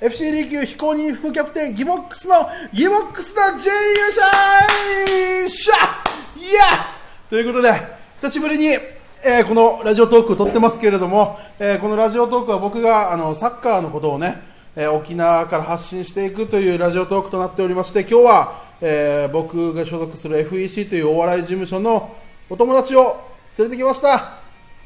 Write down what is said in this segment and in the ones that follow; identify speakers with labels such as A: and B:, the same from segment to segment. A: FCD 級非公認副キャプテンギボックスのギボックスの準優勝しゃいやということで久しぶりに、えーこのラジオトークを撮ってますけれども、えーこのラジオトークは僕があのサッカーのことをね、えー沖縄から発信していくというラジオトークとなっておりまして今日は、えー僕が所属する FEC というお笑い事務所のお友達を連れてきました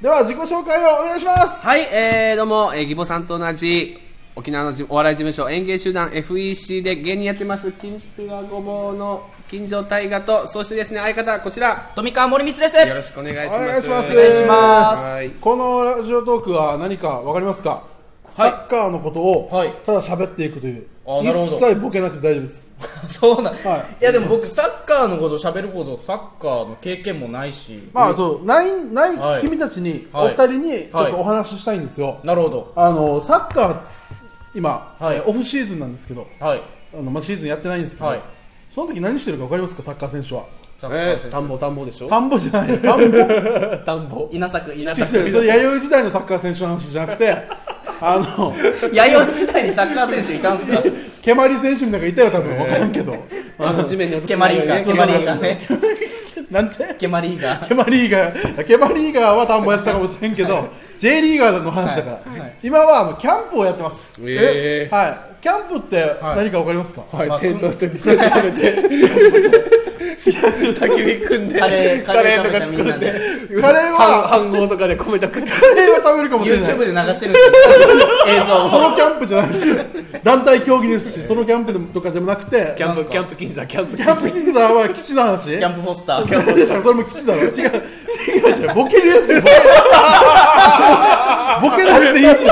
A: では自己紹介をお願いします
B: はい、えー、どうも、えー、義母さんと同じ沖縄のじお笑い事務所演芸集団 FEC で芸人やってます金ピラごぼうの金城大河とそしてですね相方こちら
C: 富川森光です
B: よろしくお願いします
A: お願いします
C: お願いします
B: はい
A: このラジオトークは何か分かりますか、
C: はい
A: サッカーのことを
C: はい
A: ただ喋っていくという、
C: あなるほど
A: 一切ボケなくて大丈夫です
C: そうなん、、
A: はい
C: やでも僕サッカーのこと喋るほどサッカーの経験もないし
A: まあそうないない、
C: はい
A: 君たちに、
C: はい
A: お二人にちょっ
C: はい
A: とお話ししたいんですよ、
C: なるほど
A: あのサッカー今、
C: はい
A: えーオフシーズンなんですけど
C: はい
A: あの、まあ、シーズンやってないんですけど、
C: はい
A: その時何してるか分かりますかサッカー選手は
C: サッカ
B: え
C: ー
B: ー、
C: 選
B: 田んぼ田んぼでしょ
A: 田んぼじゃ ない田んぼ
B: 田んぼ
C: 稲作稲
A: それ弥生時代のサッカー選手の話じゃなくてあの
C: 弥生時代にサッカー選手いたんすか
A: 蹴鞠選手みたいなのがいたよ多分分からんけど、
B: あの地面に落と
C: ケ
B: す
C: マリーガー
B: ね
C: ケマリーガーね
A: なんて
C: ケマリーガー
A: ケバリーガー、ケバリーガーは田んぼやってたかもしれんけど、J リーガーの話だから、
C: はいはい
A: 今はあのキャンプをやってます。
B: え
A: はい、キャンプって何かわかりますか、
B: ー、は
C: ま
B: い
C: あ
B: テントテント立てて焚き火組んで
C: カレーカレー食べたみんなで
A: カレーは
B: 飯飯盒とかで米炊く
A: カレーは食べるかもしれない。
C: YouTube で流してるんですよ 映像
A: ソ
C: を
A: ロキャンプじゃないです。団体競技ですし、ソロキャンプでもとかでもなくて、
B: キャンプキャンプ金座キャンプ
A: キャンプ銀座は基地の話
C: キャンプポスター
A: キャンプ銀座それも基地だろ。違う、違う違う、ボケるやつよボケボ ケなくていいよ。違う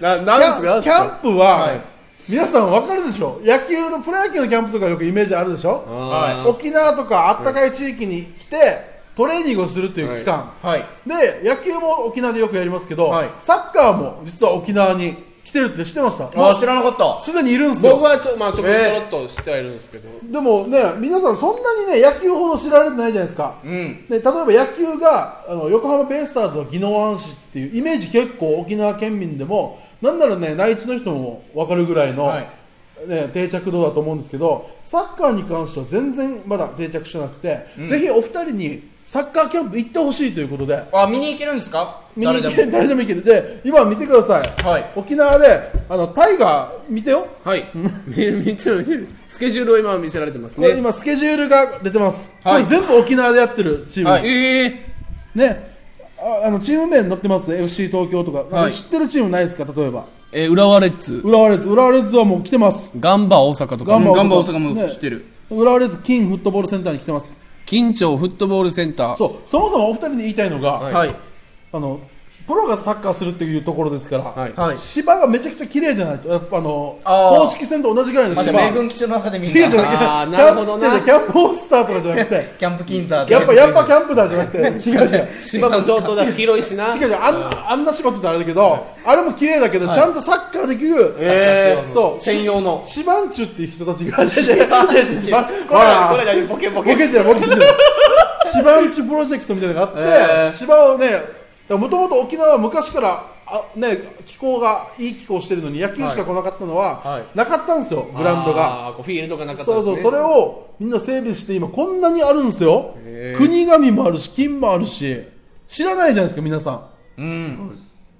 B: な
A: キ
B: なんすか
A: ャンキャンプは、
C: はい
A: 皆さん分かるでしょ野球のプロ野球のキャンプとかよくイメージあるでしょ、
B: はい
A: 沖縄とかあったかい地域に来て、トレーニングをするという期間、
C: はい
A: で野球も沖縄でよくやりますけど、
C: はい
A: サッカーも実は沖縄に来てるって知ってました
C: あー知らなかった
A: すでにいるんです
B: 僕
A: よ
B: はちょ,、まあ、ちょこちょろっと知ってはいるんですけど、
A: でもね皆さんそんなにね野球ほど知られてないじゃないですか、
C: うん
A: で例えば野球があの横浜ベイスターズの宜野湾市っていうイメージ結構沖縄県民でもなんならね内地の人も分かるぐらいの、
C: はい
A: ね、定着度だと思うんですけどサッカーに関しては全然まだ定着してなくて、ぜひお二人にサッカーキャンプ行ってほしいということで
C: あ見に行けるんですか
A: 見に
C: 誰
A: 行
C: で
A: け
C: も
A: 誰でも行けるで今見てください、
C: はい
A: 沖縄であのタイガー見てよ
B: はい見てる見てる見てるスケジュールを今見せられてます
A: これ
B: ね
A: 今スケジュールが出てます、
C: はい
A: これ全部沖縄でやってるチームです、
C: はい
B: ええ
A: ねああのチーム名に載ってます FC 東京とか、あの
C: はい
A: 知ってるチームないですか例えば
D: えー浦和レッズ、
A: 浦和レッズ浦和レッズはもう来てます
D: ガンバ大阪と
A: ガ
D: か、
A: ンバ
C: ガンバ大阪も知ってる
A: 浦和レッズ金フットボールセンターに来てます
D: 金町フットボールセンター、
A: そうそもそもお二人に言いたいのが、
C: はい
A: あのプロがサッカーするっていうところですから、
B: はい
C: はい
A: 芝がめちゃくちゃ綺麗じゃないとやっぱあの
C: あー
A: 公式戦と同じぐらいの
C: まあじ
A: 芝
C: ゃあ米軍基地の中でみ
A: 違う違うん違う
C: な
B: あーなるほどな
A: 違う違うキャンプオースターとかじゃなく て
C: キャンプ金沢で
A: やっぱやっぱキャンプだじゃなくて違う違う
B: 芝も上等だし広いしな
A: 違う違うあんなあんな芝って言ったらあれだけどあれも綺麗だけどちゃんとサッカーできる
B: えー
A: そう
C: 専用の
A: シバンチュっていう人たちがシバンチュ
B: これこれ何ボケ
A: ボ
B: ボケ
A: ケてるボケてるシバンチュプロジェクトみたいなのがあって芝をねもともと沖縄は昔からあね気候がいい気候してるのに野球しか来なかったのは、
B: はいは
A: なかったんですよグラウンドが
B: あーこうフィールドがなかった
A: そ
B: んで
A: う
B: すね
A: そうそれをみんな整備して今こんなにあるんですよ国神もあるし金もあるし知らないじゃないですか皆さんね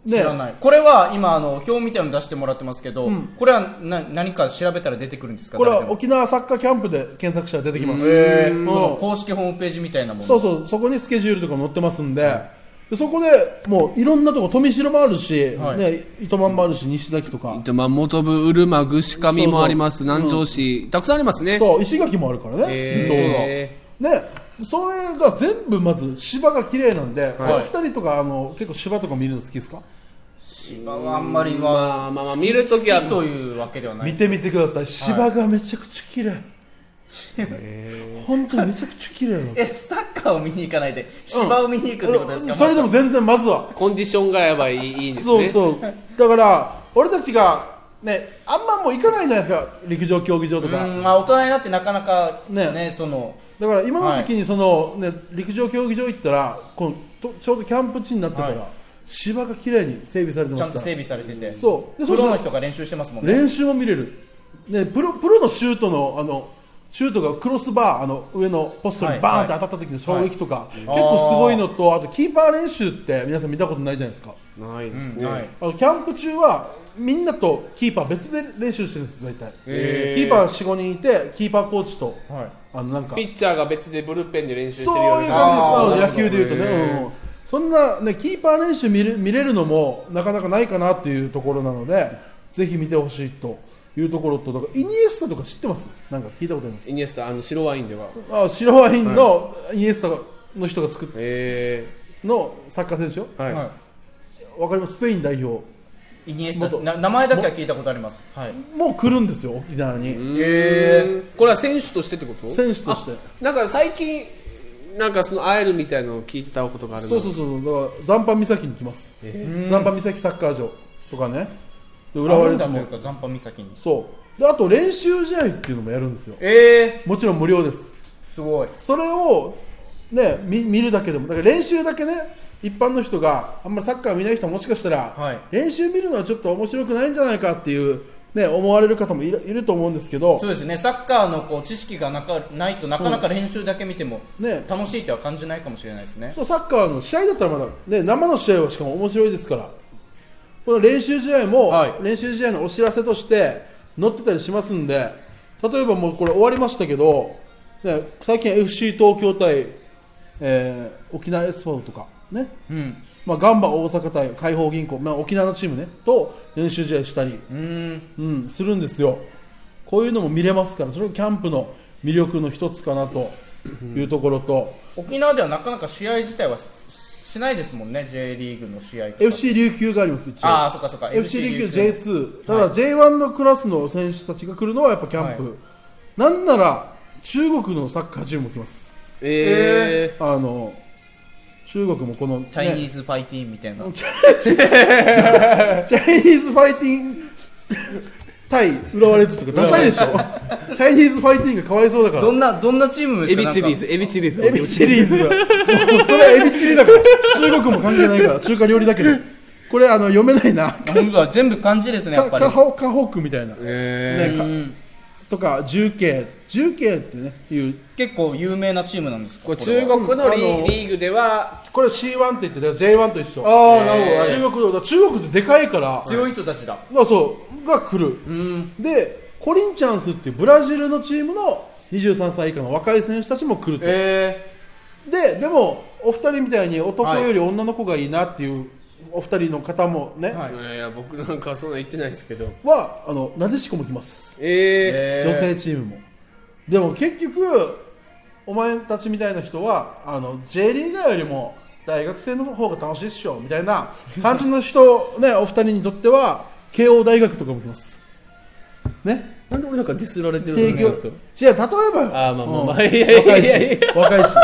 C: 知らないこれは今あの表みたいの出してもらってますけど、これはな何か調べたら出てくるんですか
A: これ
C: 誰
A: は
C: でも
A: 沖縄サッカーキャンプで検索したら出てきます、
C: へ
A: う
C: ー
A: ん
C: その公式ホームページみたいなもの
A: そうそうそこにスケジュールとかも載ってますんで,、でそこでもういろんなとこ富城もあるし、
C: はい
A: ね、糸満もあるし西崎とか、
D: でまあ、元部、うるま、串上もあります、
A: そうそう
D: 南城市、たくさんありますね。
A: そう石垣もあるからね、
B: え
A: どうだねそれが全部まず芝が綺麗なんで、
C: はい
A: お二人とかあの結構芝とか見るの好きですか、
C: 芝はあんまりは
B: まあまあまあ見るときは
C: 好きというわけではない
A: 見てみてください芝がめちゃくちゃ綺麗、本当にめちゃくちゃ綺麗なの
C: えサッカーを見に行かないで芝を見に行くってことですか、
A: それでも全然まずは
B: コンディションがやばいいいんです
A: そう
B: ね
A: そうだから俺たちがねあんまもう行かないじゃないですか陸上競技場とか
C: うんまあ大人になってなかなかね
A: ね
C: その
A: だから今の時期にその、ね、陸上競技場行ったらこのとちょうどキャンプ地になってから、芝が綺麗に整備されてま
C: ち
A: し
C: ゃ
A: た
C: んと整備されてて
A: そうで
C: プロ
A: そ
C: の
A: した
C: 人が練習してますもん
A: ら
C: ね
A: 練習も見れる、ね、プロプロのシュートのあのシュートがクロスバーあの上のポスト
C: は
A: に
C: い
A: バーンって当たった時の衝撃とか、結
C: はい
A: 構すごいのとあとキーパー練習って皆さん見たことないじゃないですか
B: ないですね、
C: はい
A: あのキャンプ中はみんなとキーパー別で練習してるんです大体、
B: へー
A: キーパー45人いてキーパーコーチと
C: はい
A: あのなんか
B: ピッチャーが別でブルペンで練習して
A: そ
B: る
A: う
B: よう
A: いう感じ
B: な
A: ですあの
B: あー
A: 野球でいうとね、
B: なるほどへー
A: うんそんな、ね、キーパー練習見る見れるのもなかなかないかなっていうところなのでぜひ見てほしいというところとだからイニエスタとか知ってますなんか聞いたことあります
B: イニエスタあの白ワインでは
A: あ白ワインのイニエスタの人が作っ
B: え
A: のサッカー選手よ
B: ー、はい、
C: は
A: わかりますスペイン代表
C: いイニエスタな名前だけは聞いたことありますはい
A: もう来るんですよ沖縄に
B: えー、これは選手としてってこと
A: 選手として
B: なんか最近なんかその会えるみたいのを聞いてたことがあるの
A: そうそうそうだから残波岬に来ます残波岬サッカー場とかねで浦
C: 浦
A: 和
C: 和
A: レ
C: レ
A: ッ
C: ッ
A: ズ
C: ズ
A: も
C: もあるんだというか残波岬に
A: そうであと練習試合っていうのもやるんですよ
C: え
A: もちろん無料です
C: ー、すごい
A: それをね見見るだけでもだから練習だけね一般の人があんまりサッカー見ない人はもしかしたら、
C: はい
A: 練習見るのはちょっと面白くないんじゃないかっていうね思われる方もいるいると思うんですけど
C: そうですねサッカーのこう知識がなかないとなかなか練習だけ見ても、
A: ね
C: 楽しいとは感じないかもしれないですね
A: サッカーの試合だったらまだ、ね、生の試合はしかも面白いですからこの練習試合も、
C: はい
A: 練習試合のお知らせとして載ってたりしますんで例えばもうこれ終わりましたけど、ね、最近 FC 東京対、えー沖縄 S4 とかね、
C: うん
A: まあ、ガンバ大阪対海邦銀行、まあ、沖縄のチームねと練習試合したり、
C: うーん
A: うん、するんですよこういうのも見れますからそれがキャンプの魅力の一つかなというところと。
C: 沖縄ではなかなか試合自体はししないですもんね J リーグの試合とか
A: FC 琉球があります、一応。
C: ああそっかそっか
A: FC 琉球 J2、た
C: は
A: だ J1 のクラスの選手たちが来るのはやっぱキャンプ、
C: は
A: なんなら中国のサッカーチームも来ます、
B: えー、
A: あの中国もこの、ね、
C: チャイニーズファイティーンみたいな、
A: チャイニーズファイティング対浦和レッズとかダサいでしょ、チャイニーズファイティングがかわいそうだから
C: ど、んなどんなチームです
B: エ
C: か
B: ビチリーズエビチリーズ
A: エビチリーズが、もうそれはエビチリだから、中国も関係ないから、中華料理だけど、これあの読めないな、
C: なんかなんか全部漢字ですねや
A: か
C: っぱり
A: かほかほくみたいな。
B: え
A: ね、
C: う
A: か
C: ん
A: とか重慶重慶ってねいう
C: 結構有名なチームなんですか
B: ー、これ
C: これ
B: 中
C: は
B: 国のリ
A: あの
B: ーリーグでは
A: これ C1 って言ってたよ J1 と一緒
C: ああな
A: 中
C: るほど、
A: 国の中国ってでかいから
C: 強い人たちだ
A: まあそうが来る
C: うん
A: でコリンチャンスっていうブラジルのチームの23歳以下の若い選手たちも来ると、
C: え
A: ででもお二人みたいに男より女の子がいいなっていうお二人の方もね、
C: ー、
A: は
C: はいい
B: やいや僕なんかそんな言ってないですけど
A: あのなでしこも来ます、
B: え
C: えー
A: 女性チームもでも結局お前たちみたいな人はあの J リーガーよりも大学生の方が楽しいっしょみたいな 感じの人、ね、お二人にとっては慶応大学とかも来ますね
B: ー、なんで俺なんかディスられて
A: 帝
B: るのち
A: 京
B: ょっと
A: じゃあ例えばよ
B: あーまあまあま
A: う
B: あ
A: ん
B: いやいやいやい
A: 若いし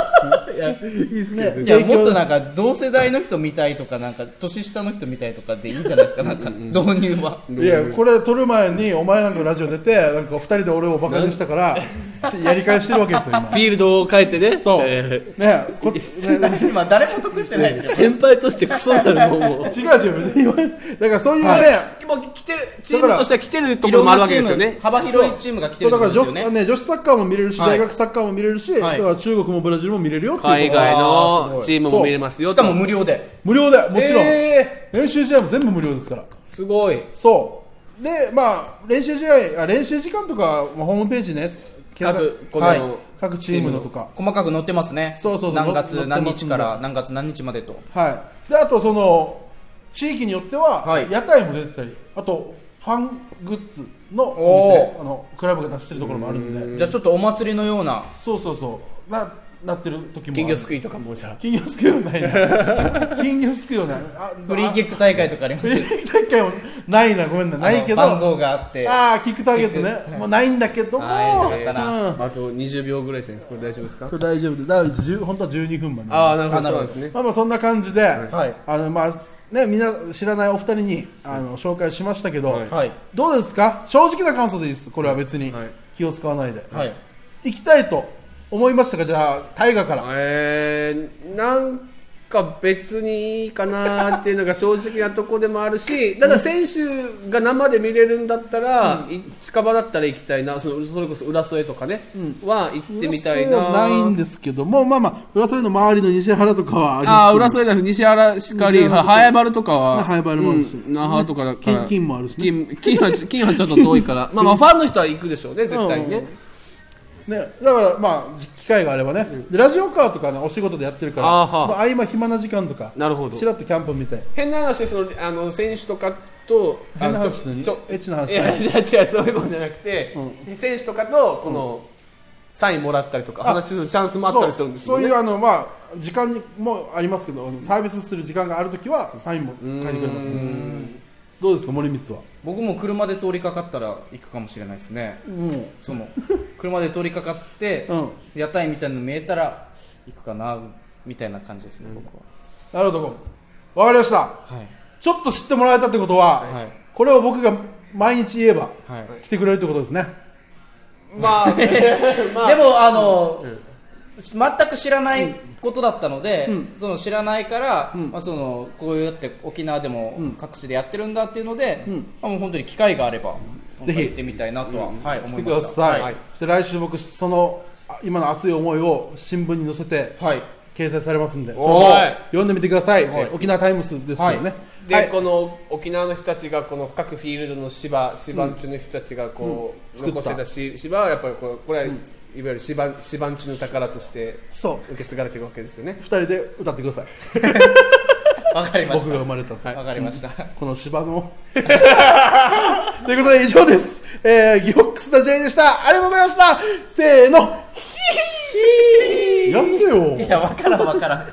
B: いやいいですけど、
A: ね
C: いや
A: 提供
C: もっとなんか同世代の人見たいとかなんか年下の人見たいとかでいいじゃないですかなんか導入は
A: 若いしいやこれ撮る前にお前なんかラジオ出てなんか二人で俺をバカにした からやり返してるわけですよ今
D: フィールドを変えてね。
A: そう
D: え
A: ねこね
C: 今誰も得してないです
D: ー
C: よ
D: 先輩としてクソなの、もう。
A: 違う違う別に言わないだからそういうね、
B: もう来てるチームとしては来てると
C: い
B: ころ
C: ろん
B: もある
C: な
B: わ
C: チ
B: けです
C: ー
B: よ
C: ム
B: ね
C: 幅広いチームが来て
A: そう
C: る
A: だ
C: ん
A: か
C: で
A: ら
C: すよ
A: 女子,、
C: ね
A: ね、女子サッカーも見れるし、
C: はい
A: 大学サッカーも見れるし、
C: はい
A: だから中国もブラジルも見れるよっていう
B: 海
A: こと
B: 外のチームも見れますよ
C: し
B: と
C: かも無料で
A: 無料でもちろん、
C: え
A: 練習試合も全部無料ですから
C: ー、すごい
A: そうでまあ練習試合あ練習時間とか、まあ、ホームページね検索
B: 各この、
A: はい各チームのとか
C: 細かく載ってますね
A: そうそうそう
C: 何月
A: 載って
C: 何
A: ます
C: 日
A: んで
C: から何月何日までと
A: はいであとその地域によっては、
C: はい
A: 屋台も出てたりあとファングッズのお
C: お
A: 店あのクラブが出してるところもあるんで
C: じゃあちょっとお祭りのような
A: そうそうそうななってる時もある
B: 金魚すくいとかもじゃあ
A: 金魚すくいはないな 金魚すくいはないあ
C: フリーキック大会とかあります
A: フリーキック大会もないなご めんなないけど
C: あの番号があって
A: ああキックターゲットねもうないんだけども、
C: ないなかな
A: うん
B: あと20秒ぐらいじゃないですかこれ大丈夫ですか
A: これ大丈夫でだから10本当は12分まで
B: ああなるほど
C: あな
B: そ
C: る
B: う
C: ほ
B: なん
C: ど
B: ですね
A: まあまあそんな感じで、
C: はい
A: あのまあねみんな知らないお二人にあの紹介しましたけど、
B: はい
C: はい
A: どうですか正直な感想でいいですこれは別に、
B: はい
A: 気を使わないで、
C: はい
A: 行きたいと思いましたかじゃあ大河から、
B: えー、なんか別にいいかなっていうのが正直なとこでもあるし、ただ選手が生で見れるんだったら、い近場だったら行きたいな、そのそれこそ浦添とかね、は行ってみたい
A: そう
B: な。
A: ないんですけども、まあまあ、浦添の周りの西原とかはあり
B: ああ、浦添だし、西原しかり、
A: 西原とか
B: ハエバルとかは、
A: ハエバルもあるし
B: うん那覇とかだから、
A: 金金もあるしね
B: 金金はちょ金はちょっと遠 いから、まあまあ、ファンの人は行くでしょうね、絶対にね。
A: ね、だからまあ機会があればね、でラジオカーとかねお仕事でやってるから
B: あーはー
A: まあ、合間暇な時間とか
B: なるほど
A: ちらっとキャンプ見て
B: 変な話でそのあの選手とかとあ
A: 変な
B: の
A: 話
B: ちょ
A: 何
B: ちょ
A: エッチな話
B: いや違う違うそういうことじゃなくて、選手とかとこの、サインもらったりとか
A: あ
B: 話するチャンスもあったりするんです
A: そ
B: よ
A: う
B: ね
A: そういうあのまあ時間にもありますけどサービスする時間があるときはサインも書いてくれます、どうですか森光は
C: 僕も車で通りかかったら行くかもしれないですね
A: うん
C: その車で通りかかって、
A: うん
C: 屋台みたいなの見えたら行くかなみたいな感じですね、僕は
A: なるほどわかりました
C: はい
A: ちょっと知ってもらえたってことは、
C: はい
A: これを僕が毎日言えば
C: はい、
A: 来てくれるってことですね
B: ま あ
C: でもあの、全く知らないことだったので、その知らないから、まあ、そのこうやって沖縄でも各地でやってるんだっていうので、まあ、もう本当に機会があれば
A: ぜひ
C: 本当に行ってみたいなとは、はい、
A: 来
C: 思
A: て
C: い
A: く
C: ま
A: だ
C: した
A: さい、
C: はい、
A: そして来週僕そのあ今の熱い思いを新聞に載せて
C: はい
A: 掲載されますんで
B: おー
A: 読んでみてください、沖縄タイムスですけどね、
B: で、
A: はい
B: この沖縄の人たちがこの各フィールドの芝芝んちゅの人たちがこう、
A: うん
B: 残してたし芝はやっぱりこうこれは、いわゆる芝芝んちゅの宝として
A: そう
B: 受け継がれていくわけですよね
A: 二人で歌ってください
C: わかりまし
A: 僕
C: た
A: が生まれたと、
C: わかりました、
A: この芝の ということで以上です、えー、ギボックスダジェイでしたありがとうございましたせーのヒヒーやってよ
C: いやわからんわからん